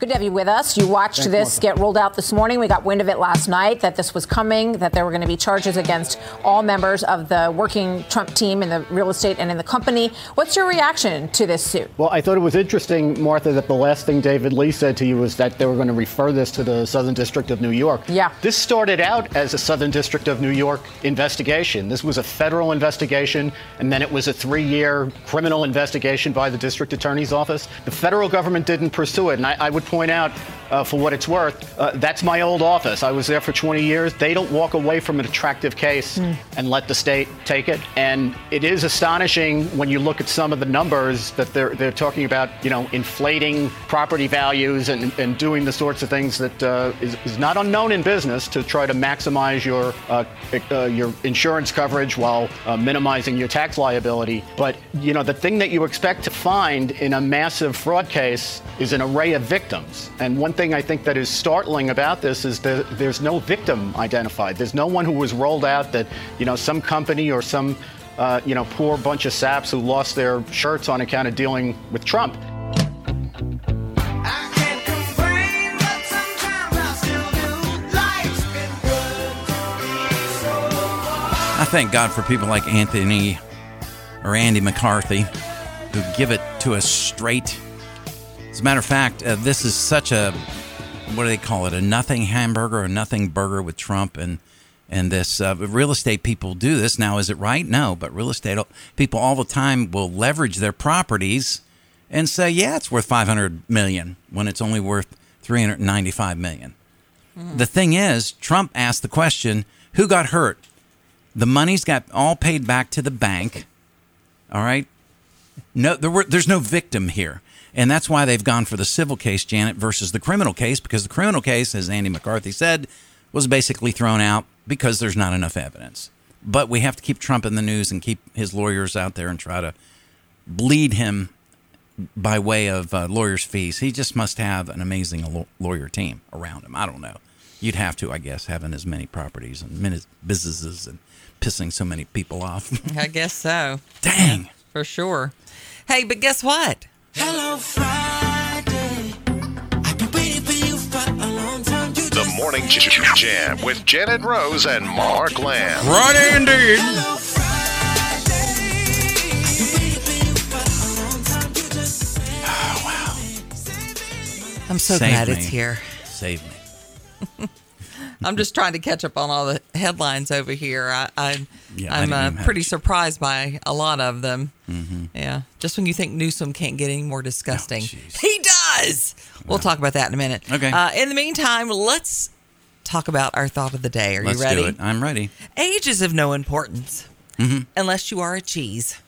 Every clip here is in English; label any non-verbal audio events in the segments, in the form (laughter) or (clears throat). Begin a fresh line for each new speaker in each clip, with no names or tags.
Good to have you with us. You watched this get rolled out this morning. We got wind of it last night that this was coming, that there were going to be charges against all members of the working Trump team in the real estate and in the company. What's your reaction to this suit?
Well, I thought it was interesting, Martha, that the last thing David Lee said to you was that they were going to refer this to the Southern District of New York.
Yeah.
This started out as a Southern District of New York investigation. This was a federal investigation, and then it was a three year criminal investigation by the district attorney's office. The federal government didn't pursue it, and I, I would point out, uh, for what it's worth, uh, that's my old office. I was there for 20 years. They don't walk away from an attractive case and let the state take it. And it is astonishing when you look at some of the numbers that they're they're talking about. You know, inflating property values and and doing the sorts of things that uh, is, is not unknown in business to try to maximize your uh, uh, your insurance coverage while uh, minimizing your tax liability. But you know, the thing that you expect to find in a massive fraud case is an array of victims. And one thing I think that is startling about this is that there's no victim identified. There's no one who was rolled out that, you know, some company or some, uh, you know, poor bunch of saps who lost their shirts on account of dealing with Trump.
I can't complain, but sometimes I still do. Life's been good to me so far.
I thank God for people like Anthony or Andy McCarthy who give it to us straight. As a matter of fact, uh, this is such a what do they call it? A nothing hamburger or nothing burger with Trump and and this uh, real estate people do this now. Is it right? No, but real estate people all the time will leverage their properties and say, "Yeah, it's worth 500 million when it's only worth 395 million." The thing is, Trump asked the question, "Who got hurt?" The money's got all paid back to the bank. All right. No, there were, there's no victim here. And that's why they've gone for the civil case, Janet, versus the criminal case, because the criminal case, as Andy McCarthy said, was basically thrown out because there's not enough evidence. But we have to keep Trump in the news and keep his lawyers out there and try to bleed him by way of uh, lawyers' fees. He just must have an amazing law- lawyer team around him. I don't know. You'd have to, I guess, having as many properties and many businesses and pissing so many people off. (laughs)
I guess so,
Dang.
for sure. Hey, but guess what?
Hello, Friday. I've been waiting for you for a long time. You
The
just
Morning
said
Jam with Janet Rose and Mark Lamb.
Right, Andy.
Hello, Friday. I've been waiting for you for a long time. You just said
I'm so
Save
glad
me.
it's here.
Save me.
I'm just trying to catch up on all the headlines over here. I, I,
Yeah, I
I'm
didn't
uh,
even have
pretty
a ch-
surprised by a lot of them. Mm-hmm. Yeah, just when you think Newsom can't get any more disgusting,
Oh, jeez.
he does. We'll talk about that in a minute.
Okay.
Uh, in the meantime, let's talk about our thought of the day. Are
Let's
you ready?
do it. I'm ready.
Age is of no importance
Mm-hmm.
unless you are a cheese.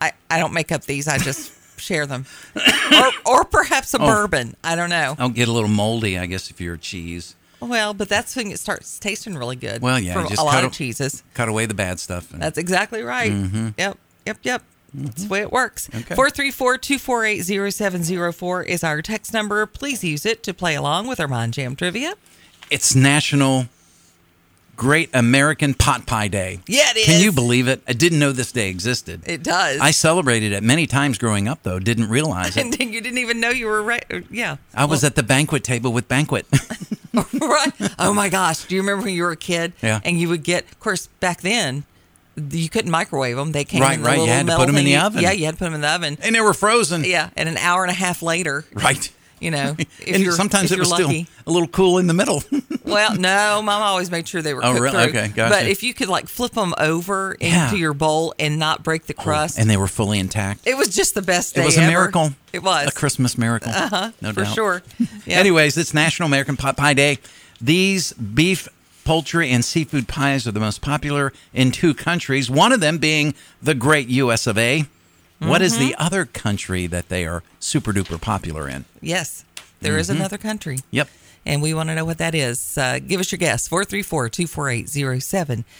I, I don't make up these, I just
(laughs)
share them. or, or perhaps
Oh.
a bourbon. I don't know.
I'll get a little moldy, I guess, if you're a cheese.
Well, but that's when it starts tasting really good.
Well, yeah,
For
just
a lot
cut
of
a-
cheeses.
Cut away the bad stuff. and-
That's exactly right. Yep, yep, yep. That's the way it works.
Mm-hmm. Okay.
434 248 0704 is our text number. Please use it to play along with our Mind Jam trivia.
it's National Great American Pot Pie Day.
Yeah, it
Can you
is.
believe it? I didn't know this day existed.
It does. (laughs)
I celebrated it many times growing up, though. Didn't realize
and
it.
then you didn't even know you were right. Yeah.
I was at the banquet table with
(laughs)
banquet.
right. Oh my gosh. Do you remember when you were a kid?
Yeah.
And you would get, of course, back then, you couldn't microwave them. They came
Right,
in the
right. You
little
had to put
metal
'em in
thing
the
you-
oven.
Yeah, you had to put them in the oven.
and they were frozen.
Yeah, and an hour and a half later,
Right. (laughs)
you know, if
and
you're,
sometimes
if
it
you're
was
lucky.
still a little cool in the middle. (laughs)
Well, no, Mom always made sure they were.
Oh,
cooked
really?
through.
Okay, gotcha.
But if you could like flip them over into
Yeah.
your bowl and not break the crust,
and they were fully intact.
it was just the best day.
It was a
ever.
miracle.
It was
A Christmas miracle. Uh-huh, no
for
doubt.
sure. Yeah.
Anyways, it's National American Pot Pie Day. These beef, poultry, and seafood pies are the most popular in two countries, one of them being the great US of A. What is
Mm-hmm.
the other country that they are super duper popular in?
yes, there
Mm-hmm.
is another country.
Yep.
And we want to know what that is. Uh, give us your guess 434 248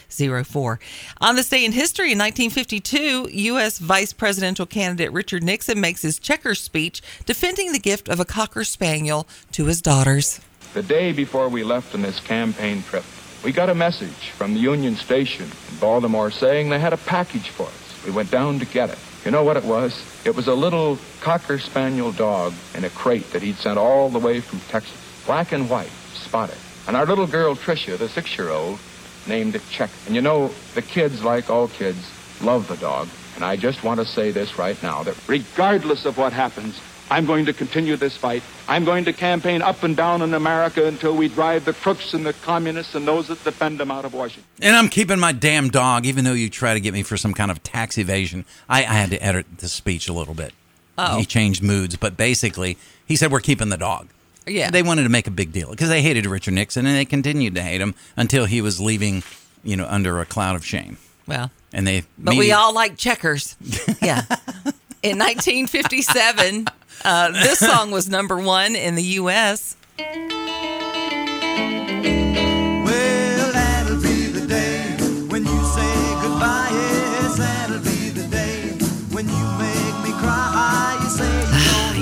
0704. On this day in history, in 1952, U.S. vice presidential candidate Richard Nixon makes his checker speech defending the gift of a Cocker Spaniel to his daughters.
The day before we left on this campaign trip, we got a message from the Union Station in Baltimore saying they had a package for us. We went down to get it. You know what it was? It was a little cocker spaniel dog in a crate that he'd sent all the way from Texas. Black and white, spotted. And our little girl, Tricia, the six-year-old, named it Check. And you know, the kids, like all kids, love the dog. And I just want to say this right now, that regardless of what happens, I'm going to continue this fight. I'm going to campaign up and down in America until we drive the crooks and the communists and those that defend them out of Washington.
And I'm keeping my damn dog, even though you try to get me for some kind of tax evasion. I, I had to edit the speech a little bit.
Oh.
He changed moods, but basically, he said, We're keeping the dog.
Yeah.
They wanted to make a big deal because they hated Richard Nixon and they continued to hate him until he was leaving, you know, under a cloud of shame.
Well,
And they.
but we
media-
all like checkers. Yeah. In 1957, uh, this song was number one in the U.S.
Well, that'll be the day when you say goodbye. Yes, that'll be the day when you make me cry. You say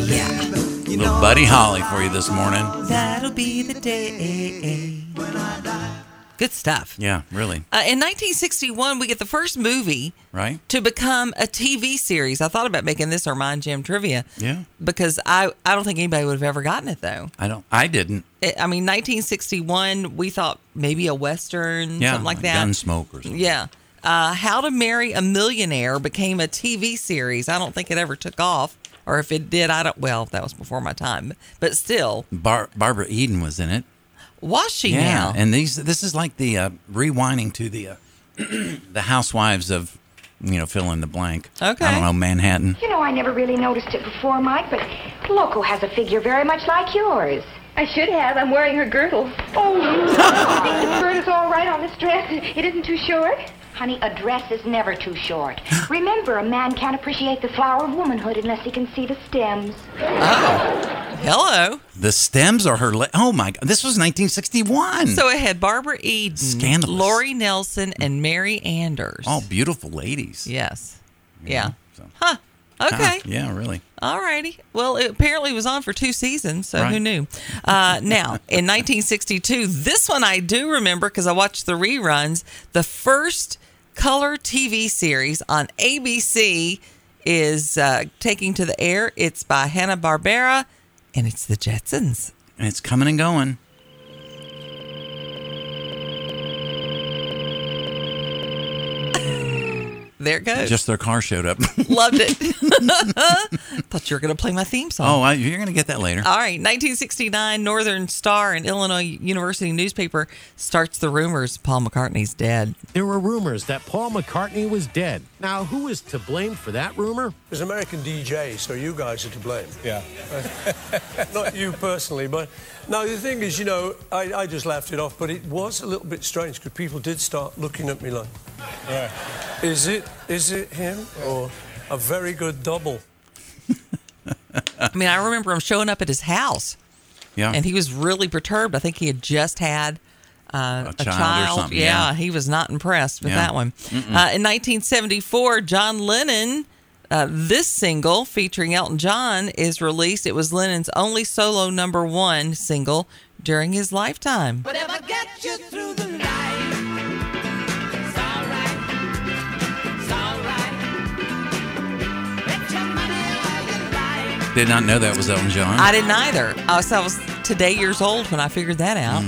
you
Yeah.
don't live. You
Little
know
Buddy Holly for you this morning.
That'll be the day. Good stuff.
Yeah, really.
Uh, in 1961, we get the first movie
Right?
to become a TV series. I thought about making this our Mind Jam trivia.
Yeah.
Because I, I don't think anybody would have ever gotten it, though.
I don't. I didn't.
It, I mean, 1961, we thought maybe a Western,
Yeah.
something like that.
Gunsmoke or something.
Yeah. Uh, How to Marry a Millionaire became a TV series. I don't think it ever took off. Or if it did, I don't. Well, that was before my time. But still,
Bar- Barbara Eden was in it.
was she now?
and these this is like the uh, rewinding to the uh, (clears throat) the housewives of you know fill in the blank.
Okay.
I don't know Manhattan.
You know, I never really noticed it before, Mike, but Loco has a figure very much like yours.
I should have. I'm wearing her girdle. Oh, (laughs) you think the skirt is all right on this dress? It isn't too short?
Honey, a dress is never
(laughs)
too short. Remember, a man can't appreciate the flower of womanhood unless he can see the stems.
Hello.
The stems are her. Le- oh my god! This was 1961.
So it had Barbara Eden,
Hmm. Scandalous. Oh,
Lori Nelson, and Mary Anders.
all beautiful ladies.
yes. Yeah.
So-
Huh. Okay.
Huh, yeah, really.
All righty. Well, it apparently was on for two seasons, so who
Right.
knew? Uh, now, in 1962, this one I do remember because I watched the reruns. The first color TV series on ABC is uh, taking to the air. It's by Hanna Barbera, and it's The Jetsons.
And it's coming and going.
There it goes.
Just their car showed up. (laughs)
Loved it. (laughs) Thought you were going to play my theme song.
oh, I, you're gonna get that later.
All right, 1969, Northern Star and Illinois University newspaper starts the rumors Paul McCartney's dead.
There were rumors that Paul McCartney was dead. Now, who is to blame for that rumor?
There's American DJ, so you guys are to blame. Yeah. Not you personally, but no, the thing is, you know, I, I just laughed it off, but it was a little bit strange because people did start looking at me like, is it is it him or a very good double?
I mean, I remember him showing up at his house
yeah.
and he was really perturbed. I think he had just had uh,
A child or something,
Yeah,
yeah.
he was not impressed with
Yeah.
that one. Uh, in 1974, John Lennon. Uh, this single featuring Elton John is released. It was Lennon's only solo number one single during his lifetime.
Whatever gets you through the night. It's all right. It's all right. Bet your money all you like.
Did not know that was Elton John.
I didn't either. I was, I was today years old when I figured that out.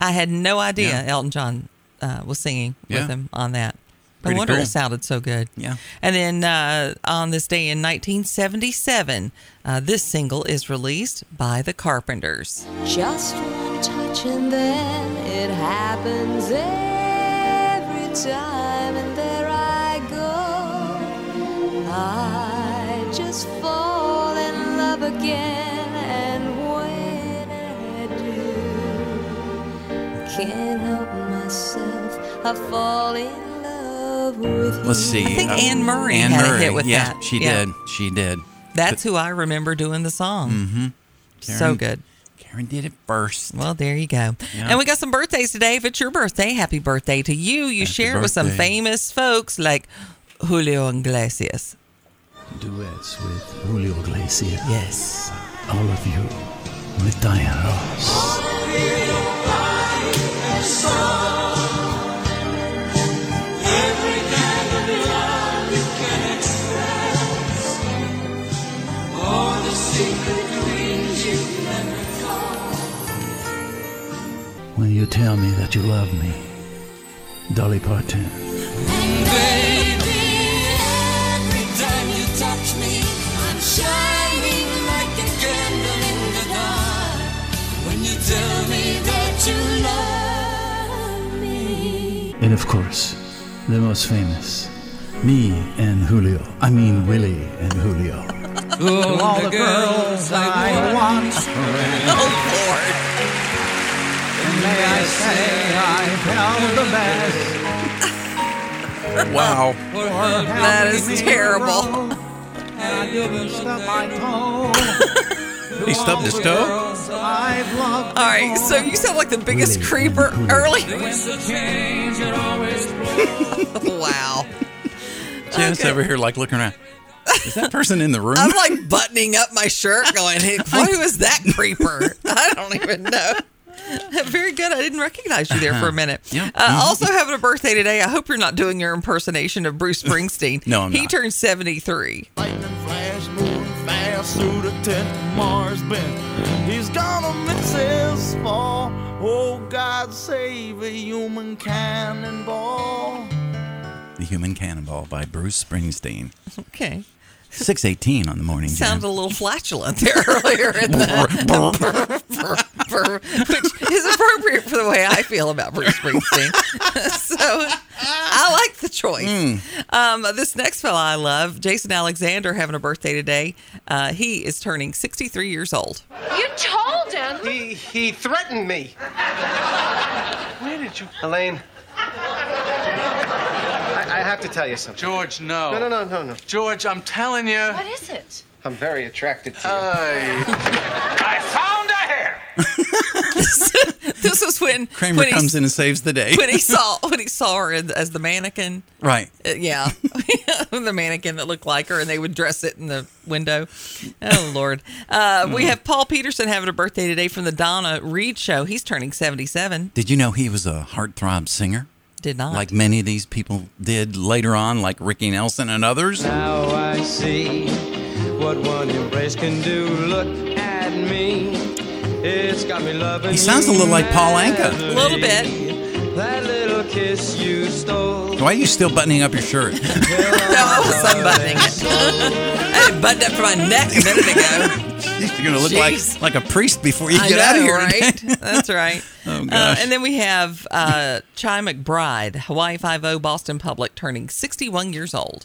I had no idea
Mm-hmm. Yeah.
Elton John uh, was singing
Yeah.
with him on that.
Pretty
no wonder
cool.
it sounded so good.
Yeah.
And then uh, on this day in 1977, uh, this single is released by the Carpenters.
Just one touch and then it happens every time, and there I go. I just fall in love again, and when I do, can't help myself, I fall in love with
Let's
you.
see. Uh,
I think Anne Murray
Anne
had a
Murray.
hit with
yeah,
that.
she
Yeah.
did. She did.
That's who I remember doing the song. Mm-hmm. So
Karen-
good.
Karen did it first.
Well, there you go.
Yeah.
And we got some birthdays today. If it's your birthday, happy birthday to you. You
Happy
share it with some
birthday.
famous folks like Julio Iglesias.
Duets with Julio Iglesias.
Yes.
All of you with Diana Ross.
Every kind of love you can express.
when you tell me that you love me. Dolly Parton. And of course, the most famous, me and Julio. I mean, Willie and Julio.
To all the girls I want. And may I say I found the best.
Wow.
That is terrible.
He stubbed his toe?
All right, so you sound like the biggest creeper early. (laughs) wow.
Janice over here, like, looking around. Is
(laughs)
that person in the room?
I'm like buttoning up my shirt, going, hey, "Who was that creeper?" (laughs) I don't even know. (laughs) Very good. I didn't recognize you there for a minute.
Yeah.
Uh, also having a birthday today. I hope you're not doing your impersonation of Bruce (laughs) Springsteen.
No, I'm
he
not.
turned 73.
Fast through the tent, Mars bent. He's gonna miss his fall. Oh, God save a human cannonball.
The Human Cannonball by Bruce Springsteen.
Okay.
618 on the morning.
Sounded a little flatulent there (laughs) earlier in the, which is appropriate for the way I feel about Bruce Springsteen. (laughs) so I like the choice.
Hmm.
Um, this next fella I love, Jason Alexander, having a birthday today. Uh, he is turning 63 years old. (laughs)
You told him. He he threatened me. Where did you, Elaine? I, I have to tell you something. George, no. No, no, no, no, no. George, I'm telling you.
What is it?
I'm very attracted to you. I found a hair.
this was when
Kramer
when he-
comes in and saves the day.
when he saw when he saw her in- as the mannequin.
Right.
Uh, yeah, (laughs) the mannequin that looked like her, and they would dress it in the window. Oh Lord, uh,
Hmm.
we have Paul Peterson having a birthday today from the Donna Reed show. He's turning seventy-seven.
Did you know he was a heartthrob singer?
Did not.
Like many of these people did later on, like Ricky Nelson and others.
Now I see what one embrace can do. Look at me. It's got me loving.
He sounds a
you
little like Paul Anka.
madly.
Little
(laughs) bit.
That little kiss you stole.
Why are you still buttoning up your shirt? (laughs)
I was unbuttoning it. (laughs) I had buttoned up to my neck a minute ago.
You're gonna look
Jeez.
like like a priest before you
I
get out of
know,
here.
right?
today.
(laughs) That's right.
(laughs) Oh,
Uh,
gosh.
and then we have uh, Chai McBride, Hawaii Five O, Boston Public, turning sixty-one years old.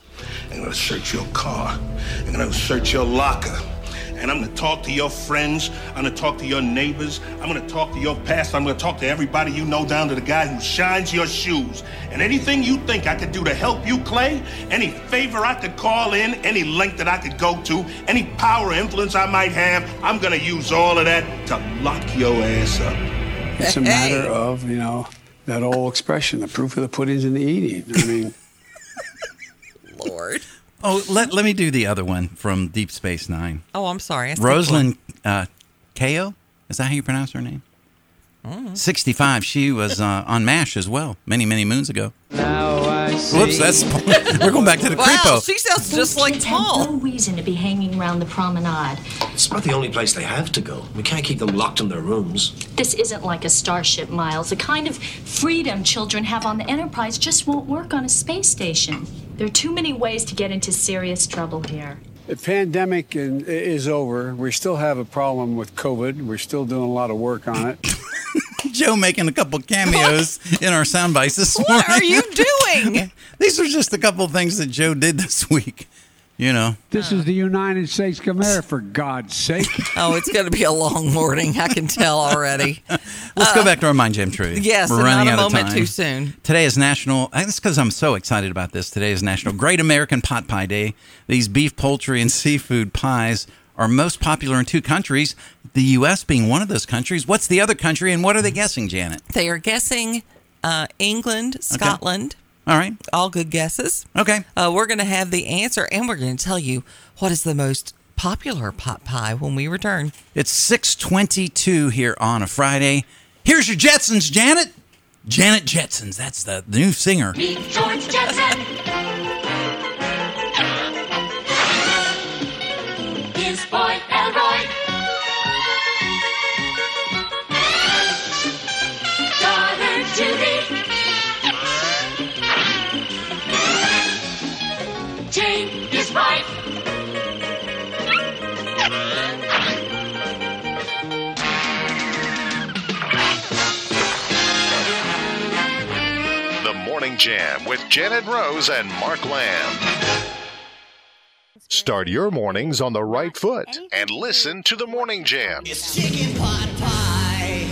I'm gonna search your car. I'm gonna search your locker. And I'm gonna talk to your friends. I'm gonna talk to your neighbors. I'm gonna talk to your pastor. I'm gonna talk to everybody you know, down to the guy who shines your shoes. And anything you think I could do to help you, Clay, any favor I could call in, any length that I could go to, any power or influence I might have, I'm gonna use all of that to lock your ass up.
It's a matter of, you know, that old expression, the proof of the pudding's in the eating. I mean,
Lord.
Oh, let, let me do the other one from Deep Space Nine.
Oh, I'm sorry. I skipped one.
Rosalind uh, Kao, is that how you pronounce her name?
Mm-hmm.
65. She was uh, on MASH as well, many, many moons ago.
Now I see.
Whoops, that's (laughs) we're going back to the
Wow,
creepo.
she sounds
just like Paul. Have no reason to be hanging around the promenade.
It's about the only place they have to go. We can't keep them locked in their rooms.
This isn't like a starship, Miles. The kind of freedom children have on the Enterprise just won't work on a space station. There are too many ways to get into serious trouble here.
the pandemic in, is over. We still have a problem with COVID. We're still doing a lot of work on it.
Joe making a couple cameos in our sound bites this morning. What
are you doing?
(laughs) These are just a couple things that Joe did this (laughs) week. You know,
This is the United States of America, for God's
(laughs)
sake.
Oh, it's going to be a long morning. I can tell already.
(laughs) let's go back to our mind jam trivia.
Uh, yes,
we're
and
running
not a
out
moment
of time.
too soon.
Today is National. That's because I'm so excited about this. Today is National Great American Pot Pie Day. These beef, poultry, and seafood pies are most popular in two countries. The U.S. being one of those countries. What's the other country, and what are they guessing, Janet?
They are guessing uh, England, Scotland.
All right.
All good guesses.
Okay.
Uh, we're going to have the answer and we're going to tell you what is the most popular pot pie when we return.
It's 6:22 here on a Friday. Here's your Jetsons, Janet. Janet Jetsons. That's the new singer.
Meet George Jetson. His boy Elroy.
Morning Jam with Janet Rose and Mark Lamb. Start your mornings on the right foot and listen to the Morning Jam.
Chicken pot pie.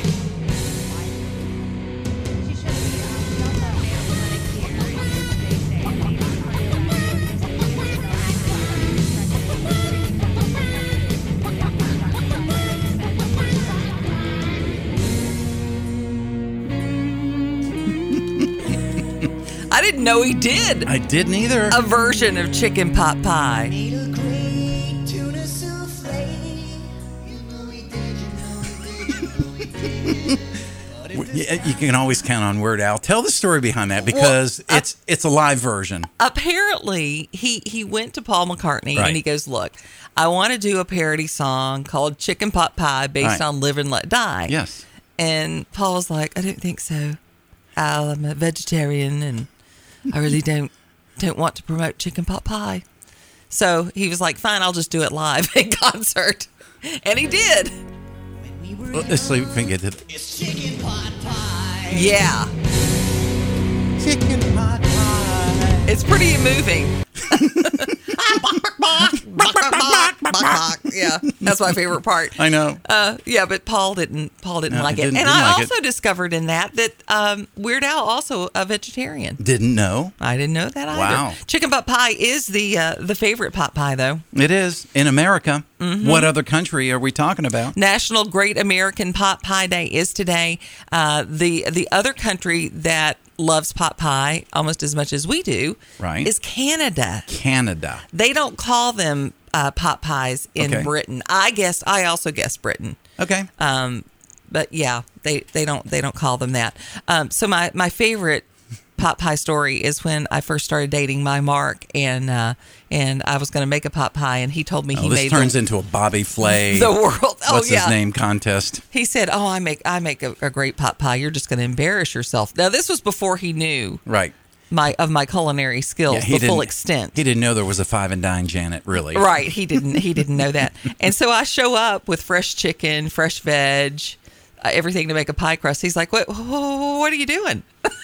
I didn't know he did.
I didn't either.
A version of chicken pot pie.
Tuna souffle. (laughs)
You you can always count on Word Al. Tell the story behind that because it's it's a live version.
Apparently, he he went to Paul McCartney
Right.
and he goes, "Look, I want to do a parody song called Chicken Pot Pie based
Right.
on Live and Let Die."
Yes.
And Paul's like, "I don't think so. Al, I'm a vegetarian and
(laughs)
I really don't don't want to promote chicken pot pie." So he was like, "Fine, I'll just do it live (laughs) in concert," and he did.
Let's see if we can get to.
Yeah.
Chicken pot pie.
It's pretty moving. (laughs) yeah, that's my favorite part.
I know.
Uh, yeah, but Paul didn't. Paul didn't
No,
like it,
didn't-
and
didn't
I
like it.
also discovered in that that um, Weird Al also a vegetarian.
Didn't know.
I didn't know that either.
Wow.
Chicken pot pie is the uh, the favorite pot pie though.
It is in America.
Mhm.
What other country are we talking about?
National Great American Pot Pie Day is today. Uh, the the other country that loves pot pie almost as much as we do
Right.
is Canada.
Canada.
They don't call them uh, pot pies in
Okay.
Britain. I guess I also guess Britain.
Okay.
Um, but yeah, they, they don't they don't call them that. Um, so my my favorite pot pie story is when I first started dating my Mark and uh, and I was going to make a pot pie and he told me he
Oh, this
made
turns
the,
into a Bobby Flay.
The world-
(laughs)
oh,
what's
yeah.
his name contest?
He said, "Oh, I make I make a, a great pot pie. You're just going to embarrass yourself." Now this was before he knew
Right.
my of my culinary skills
Yeah,
the full
didn't-
extent.
He didn't know there was a five and dine Janet. Really.
Right. He didn't. He didn't know that. And so I show up with fresh chicken, fresh veg, uh, everything to make a pie crust. He's like, "What? wh- wh- What are you doing?" (laughs)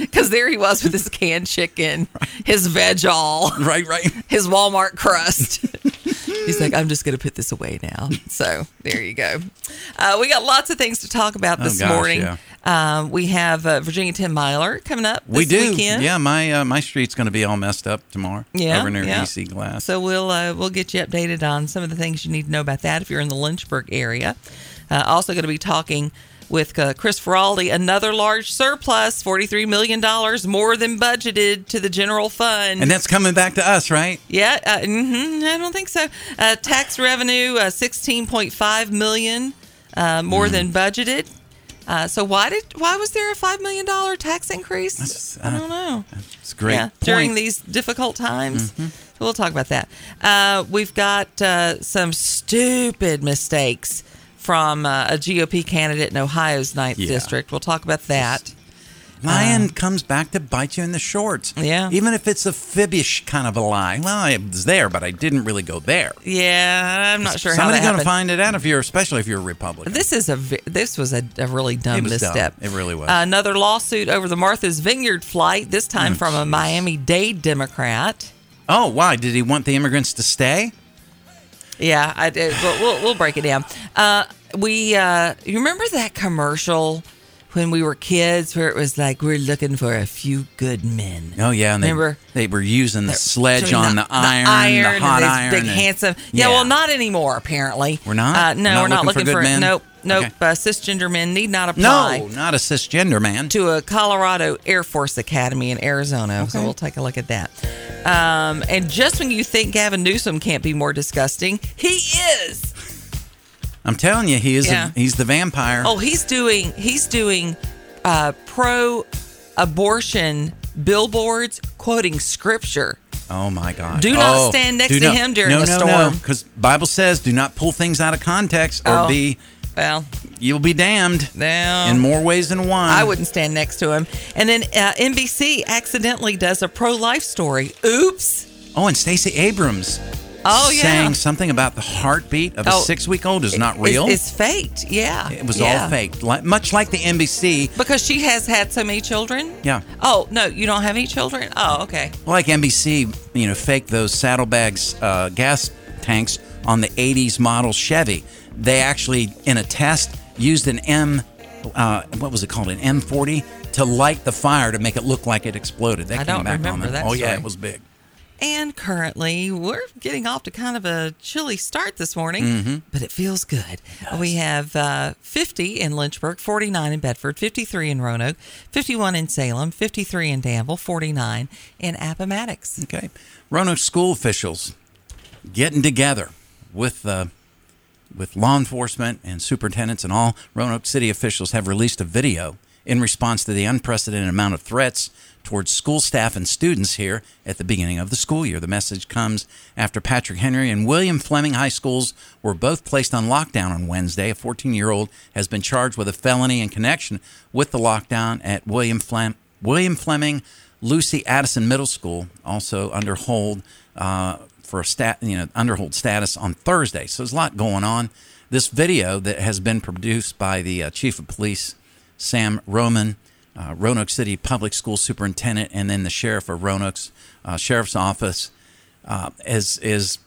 Because there he was with his canned chicken, his veg all,
right, right,
his Walmart crust. He's like, "I'm just going to put this away now." So there you go. Uh, we got lots of things to talk about
Oh,
this
gosh,
morning.
yeah.
Um, we have uh, Virginia Ten Miler coming up. This
We do.
Weekend.
Yeah. My uh, my street's going to be all messed up tomorrow.
Yeah,
Over near
yeah.
EC Glass.
So we'll uh, we'll get you updated on some of the things you need to know about that if you're in the Lynchburg area. Uh, also going to be talking with uh, Chris Feraldi, another large surplus, forty three million dollars more than budgeted to the general fund.
and that's coming back to us, right?
yeah, uh, mhm, I don't think so. Uh, tax revenue uh, sixteen point five million uh, more than budgeted. Uh, so why did why was there a five million dollar tax increase? I don't know.
It's a great.
Yeah, during
point.
these difficult times.
Mm-hmm.
So we'll talk about that. Uh, we've got uh, some stupid mistakes from uh, a GOP candidate in Ohio's ninth district. We'll talk about that. uh,
Lying comes back to bite you in the shorts. Yeah. Even if it's a fibbish kind of a lie. Well, I was there, but I didn't really go there.
Yeah, I'm not sure how
Somebody's
that
gonna
happened.
find it out if you're, especially if you're a Republican.
This is a ve- this was a, a really dumb
It was dumb.
misstep.
It really was.
Another lawsuit over the Martha's Vineyard flight. This time
Oh,
from a Miami Dade Democrat.
oh, why did he want the immigrants to stay?
Yeah, I did. But we'll, we'll break it down. Uh, we, uh, you remember that commercial when we were kids where it was like, we're looking for a few good men.
Oh yeah, and they,
Remember-
they were using the sledge on the, iron, the
and
hot
these
iron,
big
and-
handsome.
yeah.
Yeah, well, not anymore. Apparently,
We're not?
Uh, no, we're not looking, for,
good men?
nope, nope.
Okay.
Uh, cisgender men need not apply.
no, not a cisgender man.
To a Colorado Air Force Academy in Arizona. So we'll take a look at that. Um, and just when you think Gavin Newsom can't be more disgusting, he is.
I'm telling you, he is.
Yeah.
A, he's the vampire.
Oh, he's doing he's doing uh, pro abortion billboards quoting scripture.
Oh, my God!
Do not
Oh,
stand next
do
to
not-
him during
no,
a
no,
storm.
because Bible says, "Do not pull things out of context, or
Oh,
be
well,
you'll be damned."
Now,
in more ways than one.
I wouldn't stand next to him. And then uh, NBC accidentally does a pro life story. Oops.
Oh, and Stacey Abrams.
Oh, yeah.
saying something about the heartbeat of
Oh,
a six-week-old is not
It's-
real.
It's, faked. Yeah.
it was
Yeah.
all fake, like, much like the NBC.
Because she has had so many children.
Yeah,
Oh no, you don't have any children. Oh, okay.
like NBC, you know, faked those saddlebags uh, gas tanks on the '80s model Chevy. They actually, in a test, used an M. Uh, what was it called? An M40 to light the fire to make it look like it exploded. That
I
came
don't
back
remember
on them.
that
Oh yeah,
story.
it was big.
And currently, we're getting off to kind of a chilly start this morning,
Mhm.
but it feels good. We have uh, 50 in Lynchburg, 49 in Bedford, 53 in Roanoke, 51 in Salem, 53 in Danville, 49 in Appomattox.
Okay. Roanoke school officials getting together with uh, with law enforcement and superintendents and all. Roanoke city officials have released a video in response to the unprecedented amount of threats towards school staff and students here at the beginning of the school year. The message comes after Patrick Henry and William Fleming High Schools were both placed on lockdown on Wednesday. A 14-year-old has been charged with a felony in connection with the lockdown at William Flem- William Fleming Lucy Addison Middle School also under hold uh, for a stat, you know, under hold status on Thursday. So there's a lot going on. This video that has been produced by the uh, chief of police, Sam Roman, uh, Roanoke City Public School Superintendent, and then the sheriff of Roanoke's uh, sheriff's office, uh, is is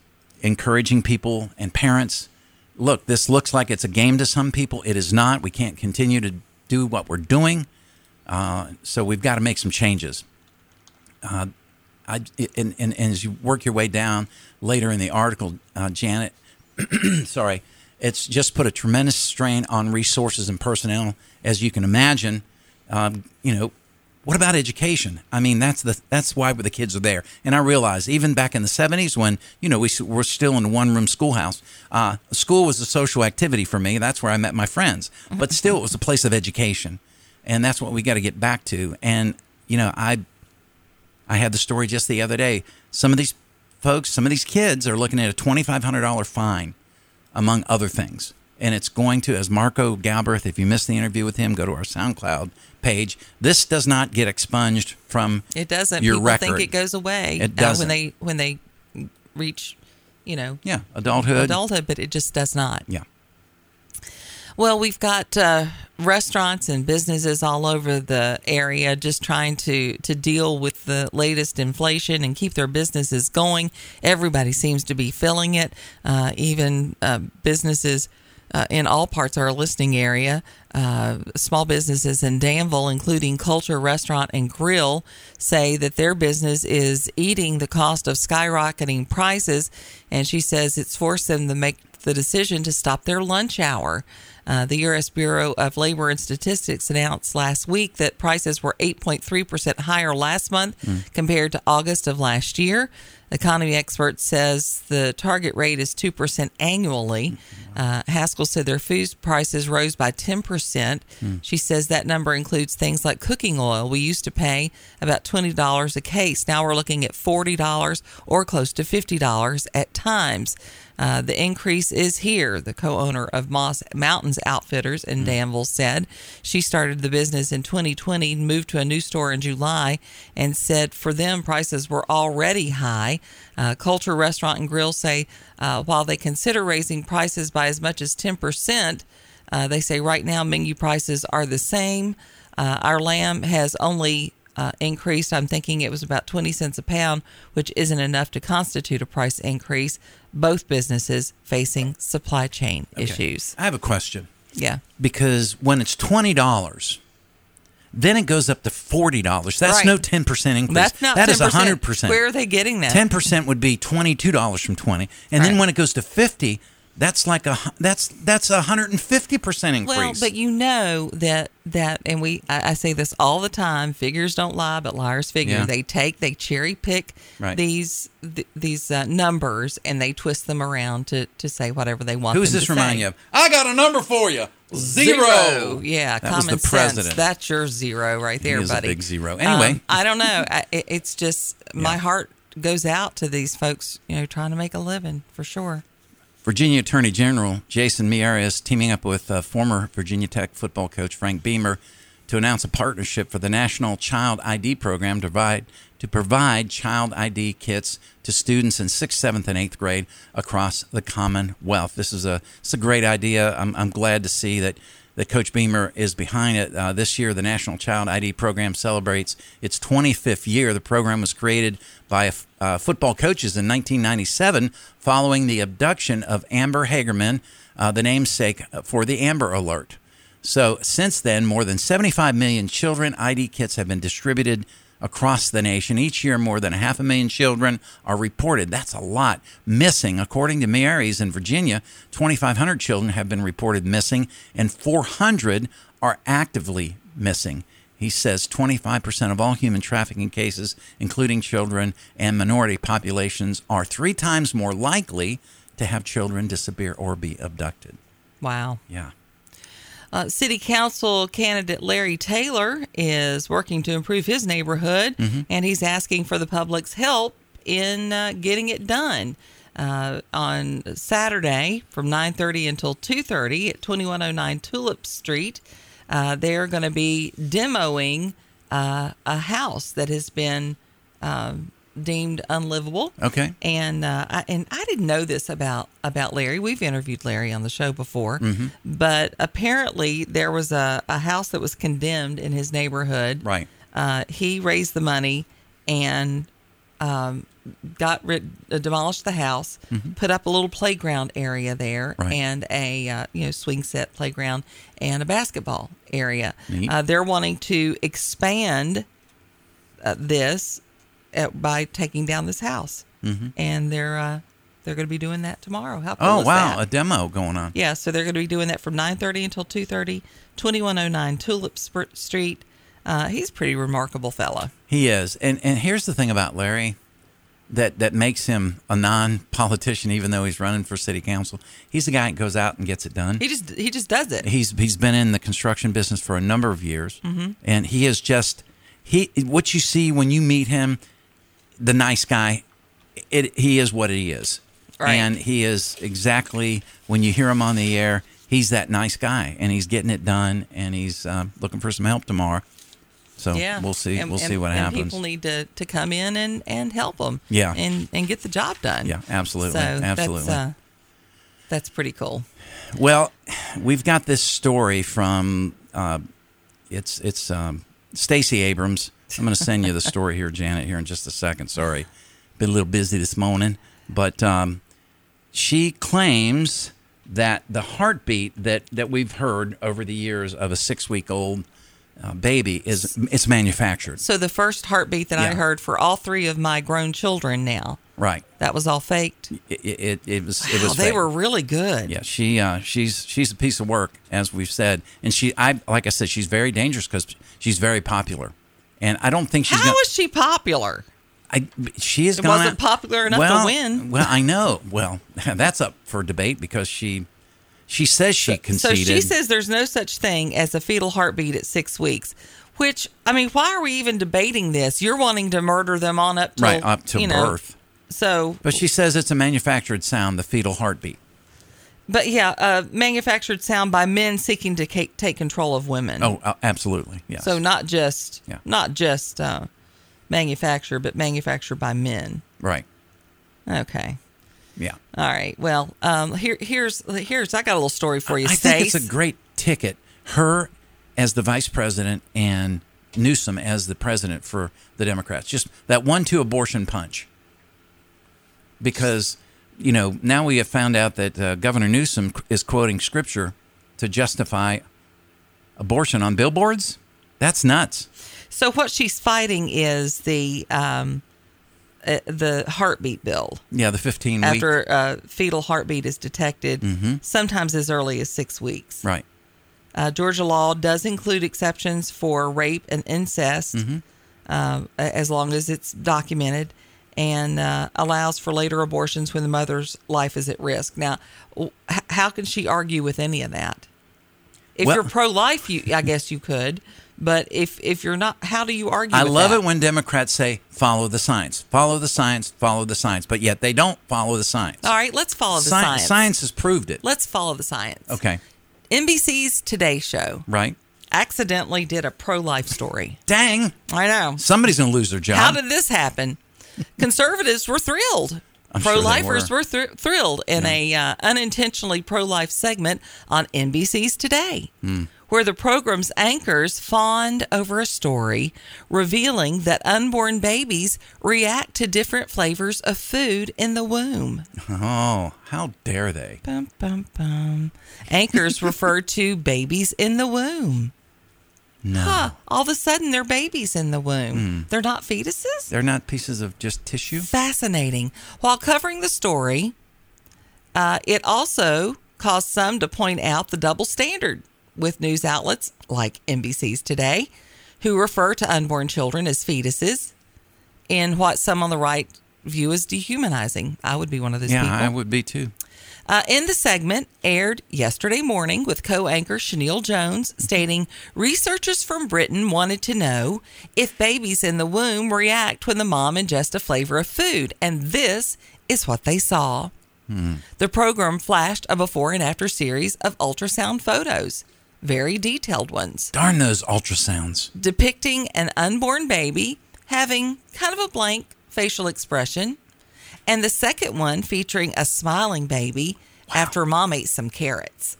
encouraging people and parents. Look, this looks like it's a game to some people. It is not. We can't continue to do what we're doing. Uh, so we've got to make some changes. Uh, I, and, and, and as you work your way down later in the article, uh, Janet, (clears throat) sorry, it's just put a tremendous strain on resources and personnel, as you can imagine. Um, you know, what about education? I mean, that's the that's why the kids are there. And I realize even back in the '70s, when you know we s- were still in a one-room schoolhouse, uh, school was a social activity for me. That's where I met my friends. But still, it was a place of education, and that's what we got to get back to. And you know, I I had the story just the other day. Some of these folks, some of these kids are looking at a $2,500 fine, among other things. And it's going to, as Marco Galbraith, if you missed the interview with him, go to our SoundCloud page. This does not get expunged from
It doesn't.
your
People
record.
think it goes away
It
uh,
doesn't.
when they when they reach, you know,
yeah, adulthood.
adulthood, but it just does not.
Yeah.
Well, we've got uh, restaurants and businesses all over the area just trying to, to deal with the latest inflation and keep their businesses going. Everybody seems to be feeling it. Uh, even uh, businesses uh, in all parts of our listening area, uh, small businesses in Danville, including Culture Restaurant and Grill, say that their business is eating the cost of skyrocketing prices. And she says it's forced them to make the decision to stop their lunch hour. Uh, the U.S. Bureau of Labor and Statistics announced last week that prices were 8.3% higher last month
Mm.
compared to August of last year. Economy expert says the target rate is 2% annually. Uh, Haskell said their food prices rose by 10%.
Mm.
She says that number includes things like cooking oil. We used to pay about $20 a case. Now we're looking at $40 or close to $50 at times. Uh, the increase is here, the co owner of Moss Mountains Outfitters in Danville said. She started the business in 2020, moved to a new store in July, and said for them, prices were already high. Uh, Culture Restaurant and Grill say uh, while they consider raising prices by as much as 10%, uh, they say right now menu prices are the same. Uh, our lamb has only uh, increased. I'm thinking it was about 20 cents a pound, which isn't enough to constitute a price increase. Both businesses facing supply chain issues.
I have a question.
Yeah.
Because when it's $20, then it goes up to $40. That's
Right.
no 10% increase.
That's not
That
10%.
is 100%.
Where are they getting that?
Ten percent would be twenty two dollars from twenty, and then when it goes to fifty, that's like a hu- that's that's a hundred and fifty percent increase.
Well, but you know that that, and we I, I say this all the time: figures don't lie, but liars figure.
Yeah.
They take, they cherry pick
Right.
these th- these uh, numbers and they twist them around to to say whatever they want.
Who is
them
this
to
remind
say.
you of? I got a number for you. Zero.
Yeah,
That was
common
the president.
sense. That's your zero right
He
there,
is a
buddy.
big zero. Anyway.
Um, I don't know. I, it, it's
(laughs)
just my heart goes out to these folks, you know, trying to make a living for sure.
Virginia Attorney General Jason Mier is teaming up with uh, former Virginia Tech football coach Frank Beamer to announce a partnership for the National Child ID Program to provide, to provide child ID kits to students in sixth, seventh, and eighth grade across the Commonwealth. This is a, it's a great idea. I'm, I'm glad to see that, that Coach Beamer is behind it. Uh, this year, the National Child ID Program celebrates its 25th year. The program was created by uh, football coaches in 1997 following the abduction of Amber Hagerman, uh, the namesake for the Amber Alert. So, since then, more than 75 million children ID kits have been distributed across the nation. Each year, more than a half a million children are reported. That's a lot missing. According to Mary's in Virginia, 2,500 children have been reported missing, and 400 are actively missing. He says 25% of all human trafficking cases, including children and minority populations, are three times more likely to have children disappear or be abducted.
Wow.
Yeah.
Uh, City Council candidate Larry Taylor is working to improve his neighborhood,
Mhm.
and he's asking for the public's help in uh, getting it done. Uh, on Saturday from 9:30 until 2:30 at 2109 Tulip Street, uh, they're going to be demoing uh, a house that has been um, deemed unlivable.
Okay.
And uh, I, and I didn't know this about about Larry. We've interviewed Larry on the show before,
Mhm.
but apparently there was a, a house that was condemned in his neighborhood.
Right.
Uh, he raised the money and um, got rid, uh, demolished the house,
Mhm.
put up a little playground area there,
Right.
and a uh, you know swing set playground and a basketball area.
Neat.
Uh, they're wanting to expand uh, this uh, by taking down this house,
Mhm.
and they're uh, they're going to be doing that tomorrow. How cool
Oh,
is
wow.
that?
A demo going on.
Yeah, so they're going to be doing that from 9:30 until 2:30, 2109 Tulip Spr- Street. Uh, he's a pretty remarkable fellow.
He is. And and here's the thing about Larry that that makes him a non-politician even though he's running for city council. He's the guy that goes out and gets it done.
He just he just does it.
He's he's been in the construction business for a number of years.
Mhm.
And he is just he what you see when you meet him, the nice guy, it he is what he is.
Right.
And he is exactly when you hear him on the air, he's that nice guy and he's getting it done and he's uh, looking for some help tomorrow. So we'll see
And-
we'll
and-
see what
and
happens.
People need to, to come in and, and help them.
Yeah.
and and get the job done.
Yeah, absolutely,
So
absolutely.
That's, uh, that's pretty cool.
Well, we've got this story from uh, it's it's um, Stacey Abrams. I'm going to send you the story here, Janet, here in just a second. Sorry, been a little busy this morning, but um, she claims that the heartbeat that that we've heard over the years of a six week old uh, baby is it's manufactured.
So the first heartbeat that I
Yeah.
heard for all three of my grown children now.
Right.
That was all faked.
It, it, it was. It
Wow,
was.
they
fake.
were really good.
Yeah, she uh, she's she's a piece of work, as we've said, and she I like I said, she's very dangerous because she's very popular, and I don't think she's.
How
gonna,
was she popular?
I she is.
It
gonna-
wasn't popular enough to
well,
win.
Well, I know. Well, (laughs) that's up for debate because she she says she
So
conceded.
she says there's no such thing as a fetal heartbeat at six weeks. Which I mean, why are we even debating this? You're wanting to murder them on up to
Right, up to
you know,
birth.
So
but she says it's a manufactured sound, the fetal heartbeat.
But yeah, uh, manufactured sound by men seeking to ca- take control of women.
Oh, uh, absolutely. Yes.
so not just
Yeah.
not just uh, manufactured, but manufactured by men.
right.
Okay.
Yeah.
All right. Well, um, here here's here's I got a little story for you,
I think
Stace.
it's a great ticket. Her as the vice president and Newsom as the president for the Democrats. Just that one-two abortion punch. Because you know now we have found out that uh, Governor Newsom is quoting scripture to justify abortion on billboards. That's nuts.
so what she's fighting is the um, uh, the heartbeat bill.
Yeah, the 15 week.
After uh, fetal heartbeat is detected,
Mhm.
sometimes as early as six weeks.
right.
Uh, Georgia law does include exceptions for rape and incest,
Mhm.
um, a- as long as it's documented, and uh, allows for later abortions when the mother's life is at risk. Now, w- h- how can she argue with any of that? If
Well-
you're pro-life, you I guess you could, but if if you're not, how do you argue?
I
with
love
that?
it when Democrats say follow the science, follow the science, follow the science, but yet they don't follow the science.
All right, let's follow the
Sci-
science.
Science has proved it.
Let's follow the science.
Okay.
NBC's Today Show
Right.
accidentally did a pro life story.
Dang.
I know.
Somebody's going to lose their job.
How did this happen? Conservatives were thrilled.
I'm sure they
Pro lifers
were.
were, thr- thrilled in a uh, unintentionally pro life segment on NBC's Today,
Hmm.
where the program's anchors fawned over a story revealing that unborn babies react to different flavors of food in the womb.
Oh, how dare they?
Bum, bum, bum. Anchors refer to babies in the womb.
No.
Huh. All of a sudden, they're babies in the womb.
Hmm.
They're not fetuses?
They're not pieces of just tissue.
Fascinating. While covering the story, uh, it also caused some to point out the double standard with news outlets like NBC's Today, who refer to unborn children as fetuses in what some on the right view as dehumanizing. I would be one of those
yeah,
people.
I would be too.
Uh, in the segment aired yesterday morning with co anchor Chenille Jones, stating researchers from Britain wanted to know if babies in the womb react when the mom ingests a flavor of food. And this is what they saw.
Hmm.
The program flashed a before and after series of ultrasound photos, very detailed ones,
Darn those ultrasounds.
depicting an unborn baby having kind of a blank facial expression, and the second one featuring a smiling baby after mom ate some carrots.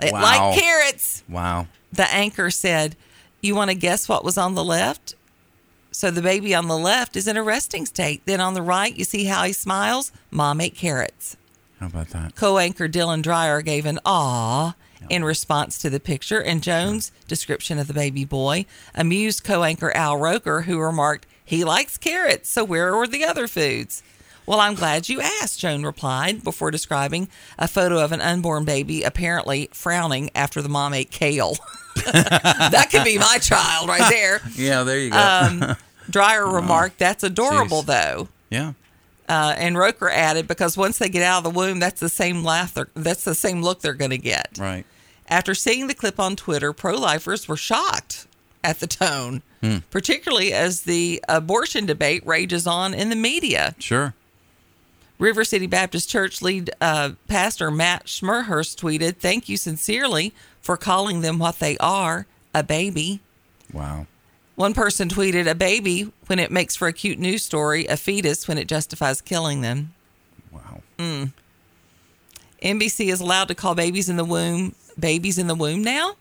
It
Wow.
liked carrots.
Wow.
The anchor said, You want to guess what was on the left? So the baby on the left is in a resting state. Then on the right, you see how he smiles. Mom ate carrots.
How about that?
Co-anchor Dylan Dreyer gave an "aw" in response to the picture, and Jones' description of the baby boy amused co-anchor Al Roker, who remarked, "He likes carrots, so where are the other foods?" Well, I'm glad you asked, Joan replied before describing a photo of an unborn baby apparently frowning after the mom ate kale. (laughs) that could be my child right there.
(laughs) Yeah, there you go.
Um, Dreyer remarked, "That's adorable,
Jeez.
though."
(laughs) yeah.
Uh, and Roker added, because once they get out of the womb, that's the same laugh. They're, that's the same look they're going to get.
Right.
After seeing the clip on Twitter, pro-lifers were shocked at the tone,
Hmm.
particularly as the abortion debate rages on in the media.
Sure.
River City Baptist Church lead uh, pastor Matt Schmerhurst tweeted, "Thank you sincerely for calling them what they are—a baby."
Wow.
One person tweeted, "A baby when it makes for a cute news story, a fetus when it justifies killing them."
Wow.
Mm. NBC is allowed to call babies in the womb babies in the womb now?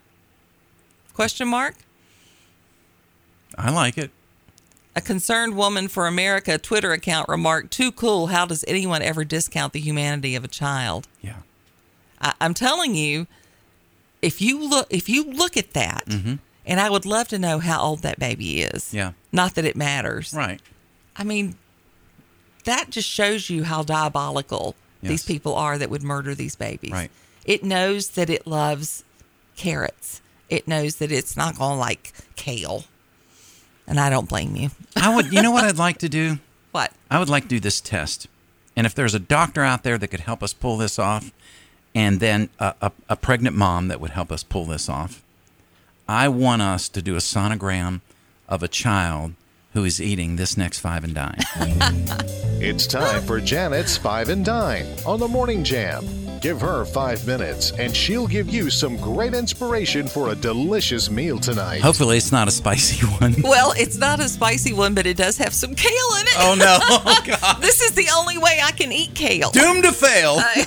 Question mark.
I like it.
A concerned woman for America Twitter account remarked, "Too cool. How does anyone ever discount the humanity of a child?"
Yeah.
I, I'm telling you, if you look, if you look at that,
Mhm.
and I would love to know how old that baby is.
Yeah.
Not that it matters.
Right.
I mean, that just shows you how diabolical
Yes.
these people are that would murder these babies.
Right.
It knows that it loves carrots. It knows that it's not going to like kale. And I don't blame you.
I would. You know what I'd like to do?
What?
I would like to do this test, and if there's a doctor out there that could help us pull this off, and then a, a, a pregnant mom that would help us pull this off, I want us to do a sonogram of a child who is eating this next five and (laughs) dime.
It's time for Janet's Five and Dine on the Morning Jam. Give her five minutes, and she'll give you some great inspiration for a delicious meal tonight.
Hopefully, it's not a spicy one.
Well, it's not a spicy one, but it does have some kale in it.
Oh, no. (laughs) Oh,
this is the only way I can eat kale.
Doomed to fail.
I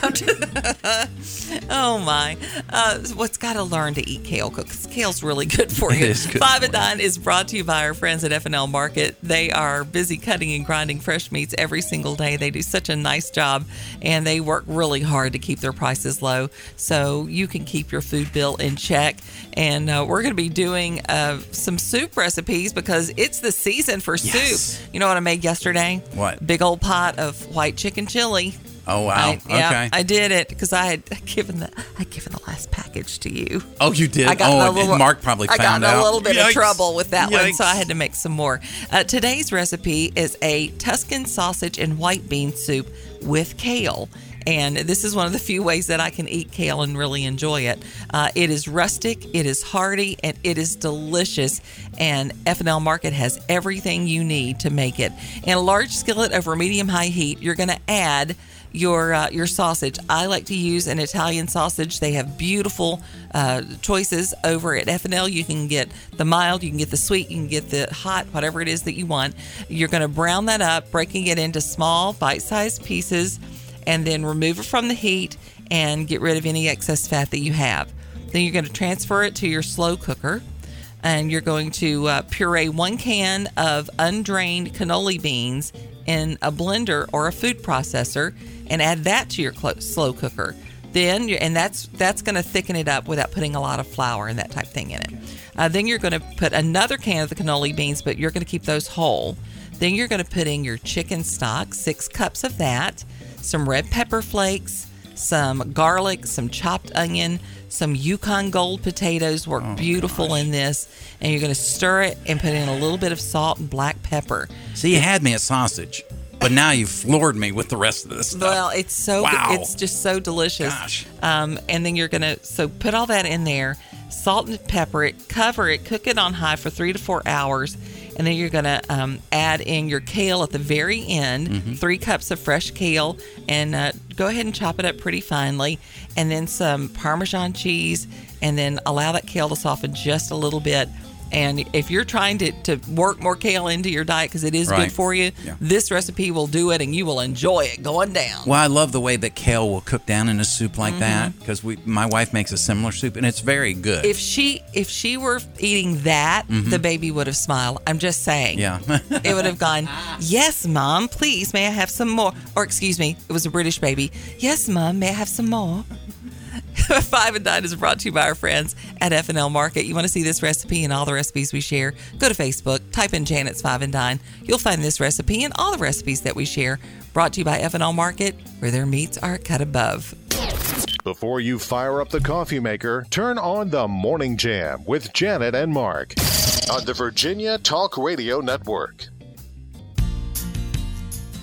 am- oh my! Uh, what's got to learn to eat kale? Because kale's really good for
It
you.
is good
Five
for
and Dine is brought to you by our friends at FNL Market. They are busy cutting and grinding fresh meats every single day. They do such a nice job, and they work really hard to keep their prices low so you can keep your food bill in check. And uh, we're going to be doing uh, some soup recipes because it's the season for soup. You know what I made yesterday?
What?
Big old pot of white chicken chili.
Oh wow.
I, yeah,
okay.
I did it because I had (laughs) given the I had given the last package to you.
Oh, you did?
I got
Oh,
in a
and
little-
Mark probably
I
found
got in
out.
a little bit
Yikes.
of trouble with that one, so
Yikes.
I had to make some more. Uh, today's recipe is a Tuscan sausage and white bean soup with kale. And this is one of the few ways that I can eat kale and really enjoy it. Uh, it is rustic, it is hearty, and it is delicious. And FNL Market has everything you need to make it. In a large skillet over medium high heat, you're going to add your uh, your sausage. I like to use an Italian sausage. They have beautiful uh, choices over at FNL. You can get the mild, you can get the sweet, you can get the hot, whatever it is that you want. You're going to brown that up, breaking it into small bite-sized pieces, and then remove it from the heat and get rid of any excess fat that you have. Then you're going to transfer it to your slow cooker and you're going to uh, puree one can of undrained cannoli beans in a blender or a food processor and add that to your clo- slow cooker. Then, you and that's that's going to thicken it up without putting a lot of flour and that type thing in it. Uh, then you're going to put another can of the cannoli beans, but you're going to keep those whole. Then you're going to put in your chicken stock, six cups of that, some red pepper flakes, some garlic, some chopped onion, some Yukon Gold potatoes work beautiful in this. And you're going to stir it and put in a little bit of salt and black pepper.
See, you had me at sausage, but now you've floored me with the rest of this stuff.
Well, it's so
Wow.
it's just so delicious. Um, and then you're gonna so put all that in there, salt and pepper it, cover it, cook it on high for three to four hours, and then you're gonna um, add in your kale at the very end,
Mhm.
three cups of fresh kale, and uh, go ahead and chop it up pretty finely, and then some Parmesan cheese, and then allow that kale to soften just a little bit. And if you're trying to, to work more kale into your diet because it is
Right.
good for you, this recipe will do it and you will enjoy it going down.
Well, I love the way that kale will cook down in a soup
Mm-hmm.
like that because we, my wife makes a similar soup and it's very good.
If she if she were eating that,
Mhm.
the baby would have smiled. I'm just saying.
yeah,
it would have gone, "Yes, mom, please, may I have some more?" Or excuse me, it was a British baby. "Yes, mom, may I have some more?" (laughs) Five and Nine is brought to you by our friends at FNL Market. You want to see this recipe and all the recipes we share? Go to Facebook, type in Janet's Five and Nine. You'll find this recipe and all the recipes that we share. Brought to you by FNL Market, where their meats are cut above.
Before you fire up the coffee maker, turn on the Morning Jam with Janet and Mark on the Virginia Talk Radio Network.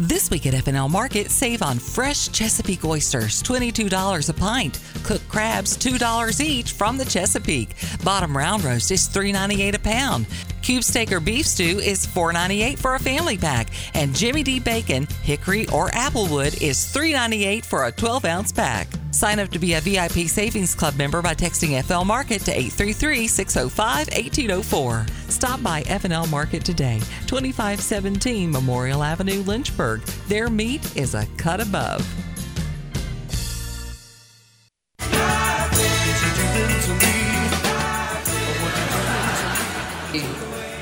This week at FNL Market, save on fresh Chesapeake oysters, $22 a pint. Cooked crabs, $2 each from the Chesapeake. Bottom round roast is $3.98 a pound. Cube steak or beef stew is $4.98 for a family pack. And Jimmy D bacon, hickory, or applewood is $3.98 for a 12 ounce pack. Sign up to be a VIP Savings Club member by texting FL Market to 833 605 1804. Stop by FNL Market today, 2517 Memorial Avenue, Lynchburg. Their meat is a cut above.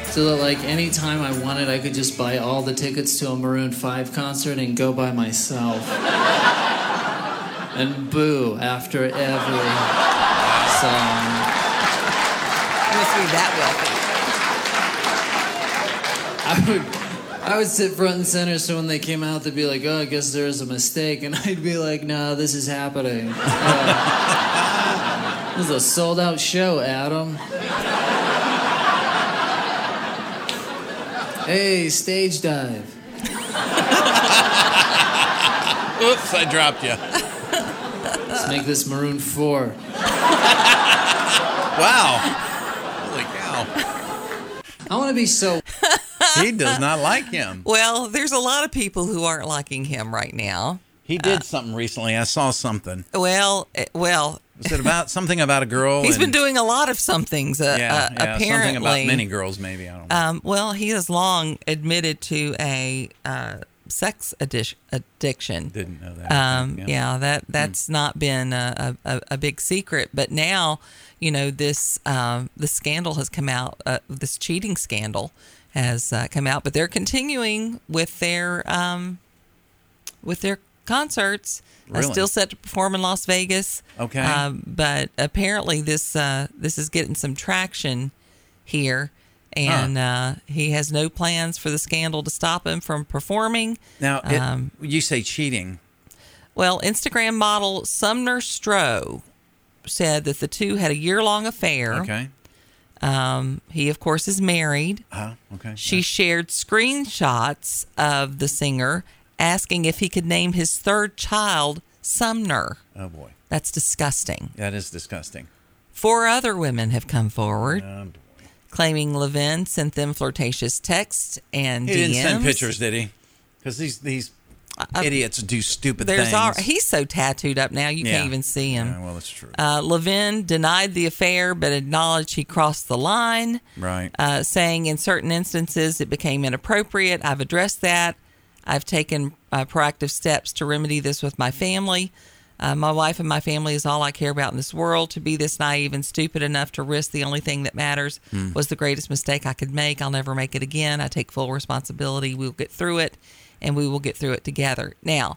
So that like anytime I wanted, I could just buy all the tickets to a Maroon 5 concert and go by myself. (laughs) and boo after every song. I would, I would sit front and center, so when they came out, they'd be like, "Oh, I guess there is a mistake," and (laughs) I'd be like, "No, this is happening. Uh, this is a sold-out show, Adam." Hey, stage dive.
Oops, I dropped
(laughs)
you.
Let's make this Maroon 4.
wow. Holy cow.
I want to be so.
he does not like him.
Well, there's a lot of people who aren't liking him right now.
He did something recently. I saw something.
Well, eh, well,
Was it
(laughs)
about something about a girl?
he's been
and-
doing a lot of some things. Uh,
yeah,
uh,
yeah,
apparently,
something about many girls. Maybe I don't. know.
Um, well, he has long admitted to a uh, sex addi- addiction.
Didn't know that.
Um,
Yeah. Hmm.
yeah. that that's not been a, a, a big secret, but now you know this um, the scandal has come out. Uh, this cheating scandal has uh, come out, but they're continuing with their um, with their concerts. Uh,
Really?
still set to perform in Las Vegas.
Okay.
Um, but apparently this uh, this is getting some traction here, and uh, he has no plans for the scandal to stop him from performing.
Now, it,
um,
you say cheating.
well, Instagram model Sumner Stroh said that the two had a year long affair.
Okay.
Um, he, of course, is married.
Uh-huh. Okay.
She shared screenshots of the singer asking if he could name his third child Sumner.
Oh, boy.
That's disgusting.
That is disgusting.
Four other women have come forward claiming Levin sent them flirtatious texts and
He didn't send
DMs.
pictures, did he? Because these these
I-
idiots do stupid
Uh, There's
things.
al- he's so tattooed up now you
Yeah.
can't even see him.
Yeah, well, that's true.
Uh, Levin denied the affair but acknowledged he crossed the line.
Right.
uh, saying in certain instances it became inappropriate. I've addressed that. I've taken uh, proactive steps to remedy this with my family. Uh, my wife and my family is all I care about in this world. To be this naive and stupid enough to risk the only thing that matters
Hmm.
was the greatest mistake I could make. I'll never make it again. I take full responsibility. We'll get through it and we will get through it together. Now,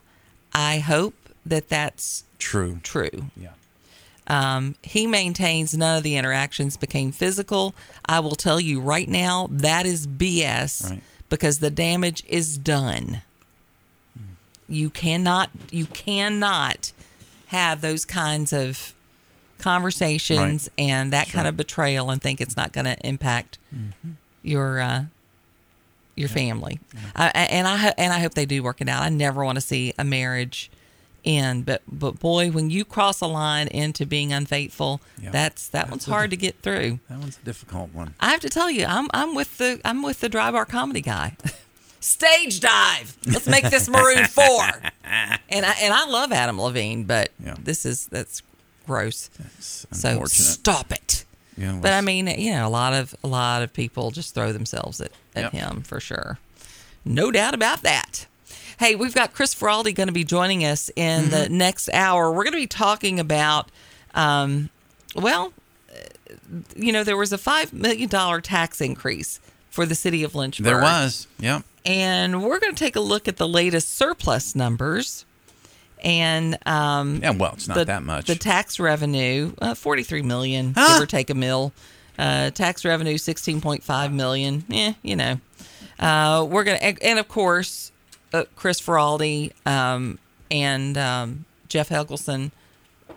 I hope that that's
True.
True.
Yeah.
Um, he maintains none of the interactions became physical. I will tell you right now that is BS
Right.
because the damage is done. You cannot you cannot have those kinds of conversations and that kind of betrayal and think it's not going to impact
Mhm.
your uh, your family.
Mm-hmm.
I, I- and I ho- and I hope they do work it out. I never want to see a marriage end, but but boy, when you cross a line into being unfaithful,
Yeah.
that's that one's
a
hard to
diff-
get through.
That one's a difficult one.
I have to tell you, I'm I'm with the I'm with the dry bar
(laughs)
comedy guy. Stage dive. Let's make this Maroon Four. And I and I love Adam Levine, but this is that's gross. so
unfortunate.
stop it.
Yeah, well,
but I mean, you know, a lot of a lot of people just throw themselves at,
Yep.
at him for sure. No doubt about that. Hey, we've got Chris Feraldi going to be joining us in
Mm-hmm.
the next hour. We're going to be talking about, um, well, uh, you know, there was a $5 million tax increase for the city of Lynchburg.
There was. Yep.
And we're going to take a look at the latest surplus numbers. And um,
yeah, well, it's not
the-
that much.
The tax revenue, uh, forty-three million, give or take a mill. Uh, tax revenue, sixteen point five million. Yeah, you know, uh, we're gonna, and, and of course, uh, Chris Feraldi um, and um, Jeff Helgelson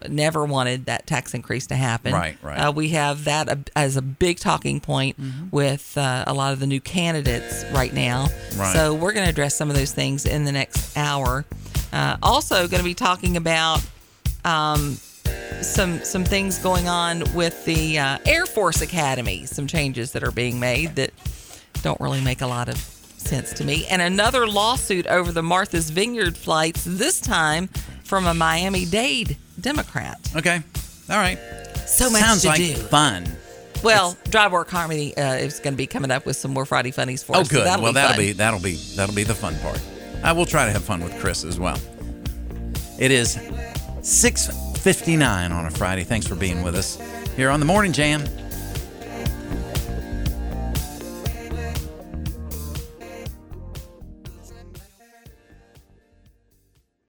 never wanted that tax increase to happen.
Right, right.
Uh, we have that a- as a big talking point
Mm-hmm.
with uh, a lot of the new candidates right now.
Right.
So we're going to address some of those things in the next hour. Uh, also, going to be talking about um, some some things going on with the uh, Air Force Academy. Some changes that are being made that don't really make a lot of sense to me. And another lawsuit over the Martha's Vineyard flights. This time from a Miami Dade Democrat.
Okay. All right.
So much
Sounds
to
like
do.
fun.
Well, Drive Work Harmony uh, is going to be coming up with some more Friday funnies for
oh,
us. so
good.
that'll
well,
be
that'll
fun.
be that'll be that'll be the fun part. I will try to have fun with Chris as well. It is 6:59 on a Friday. Thanks for being with us here on the Morning Jam.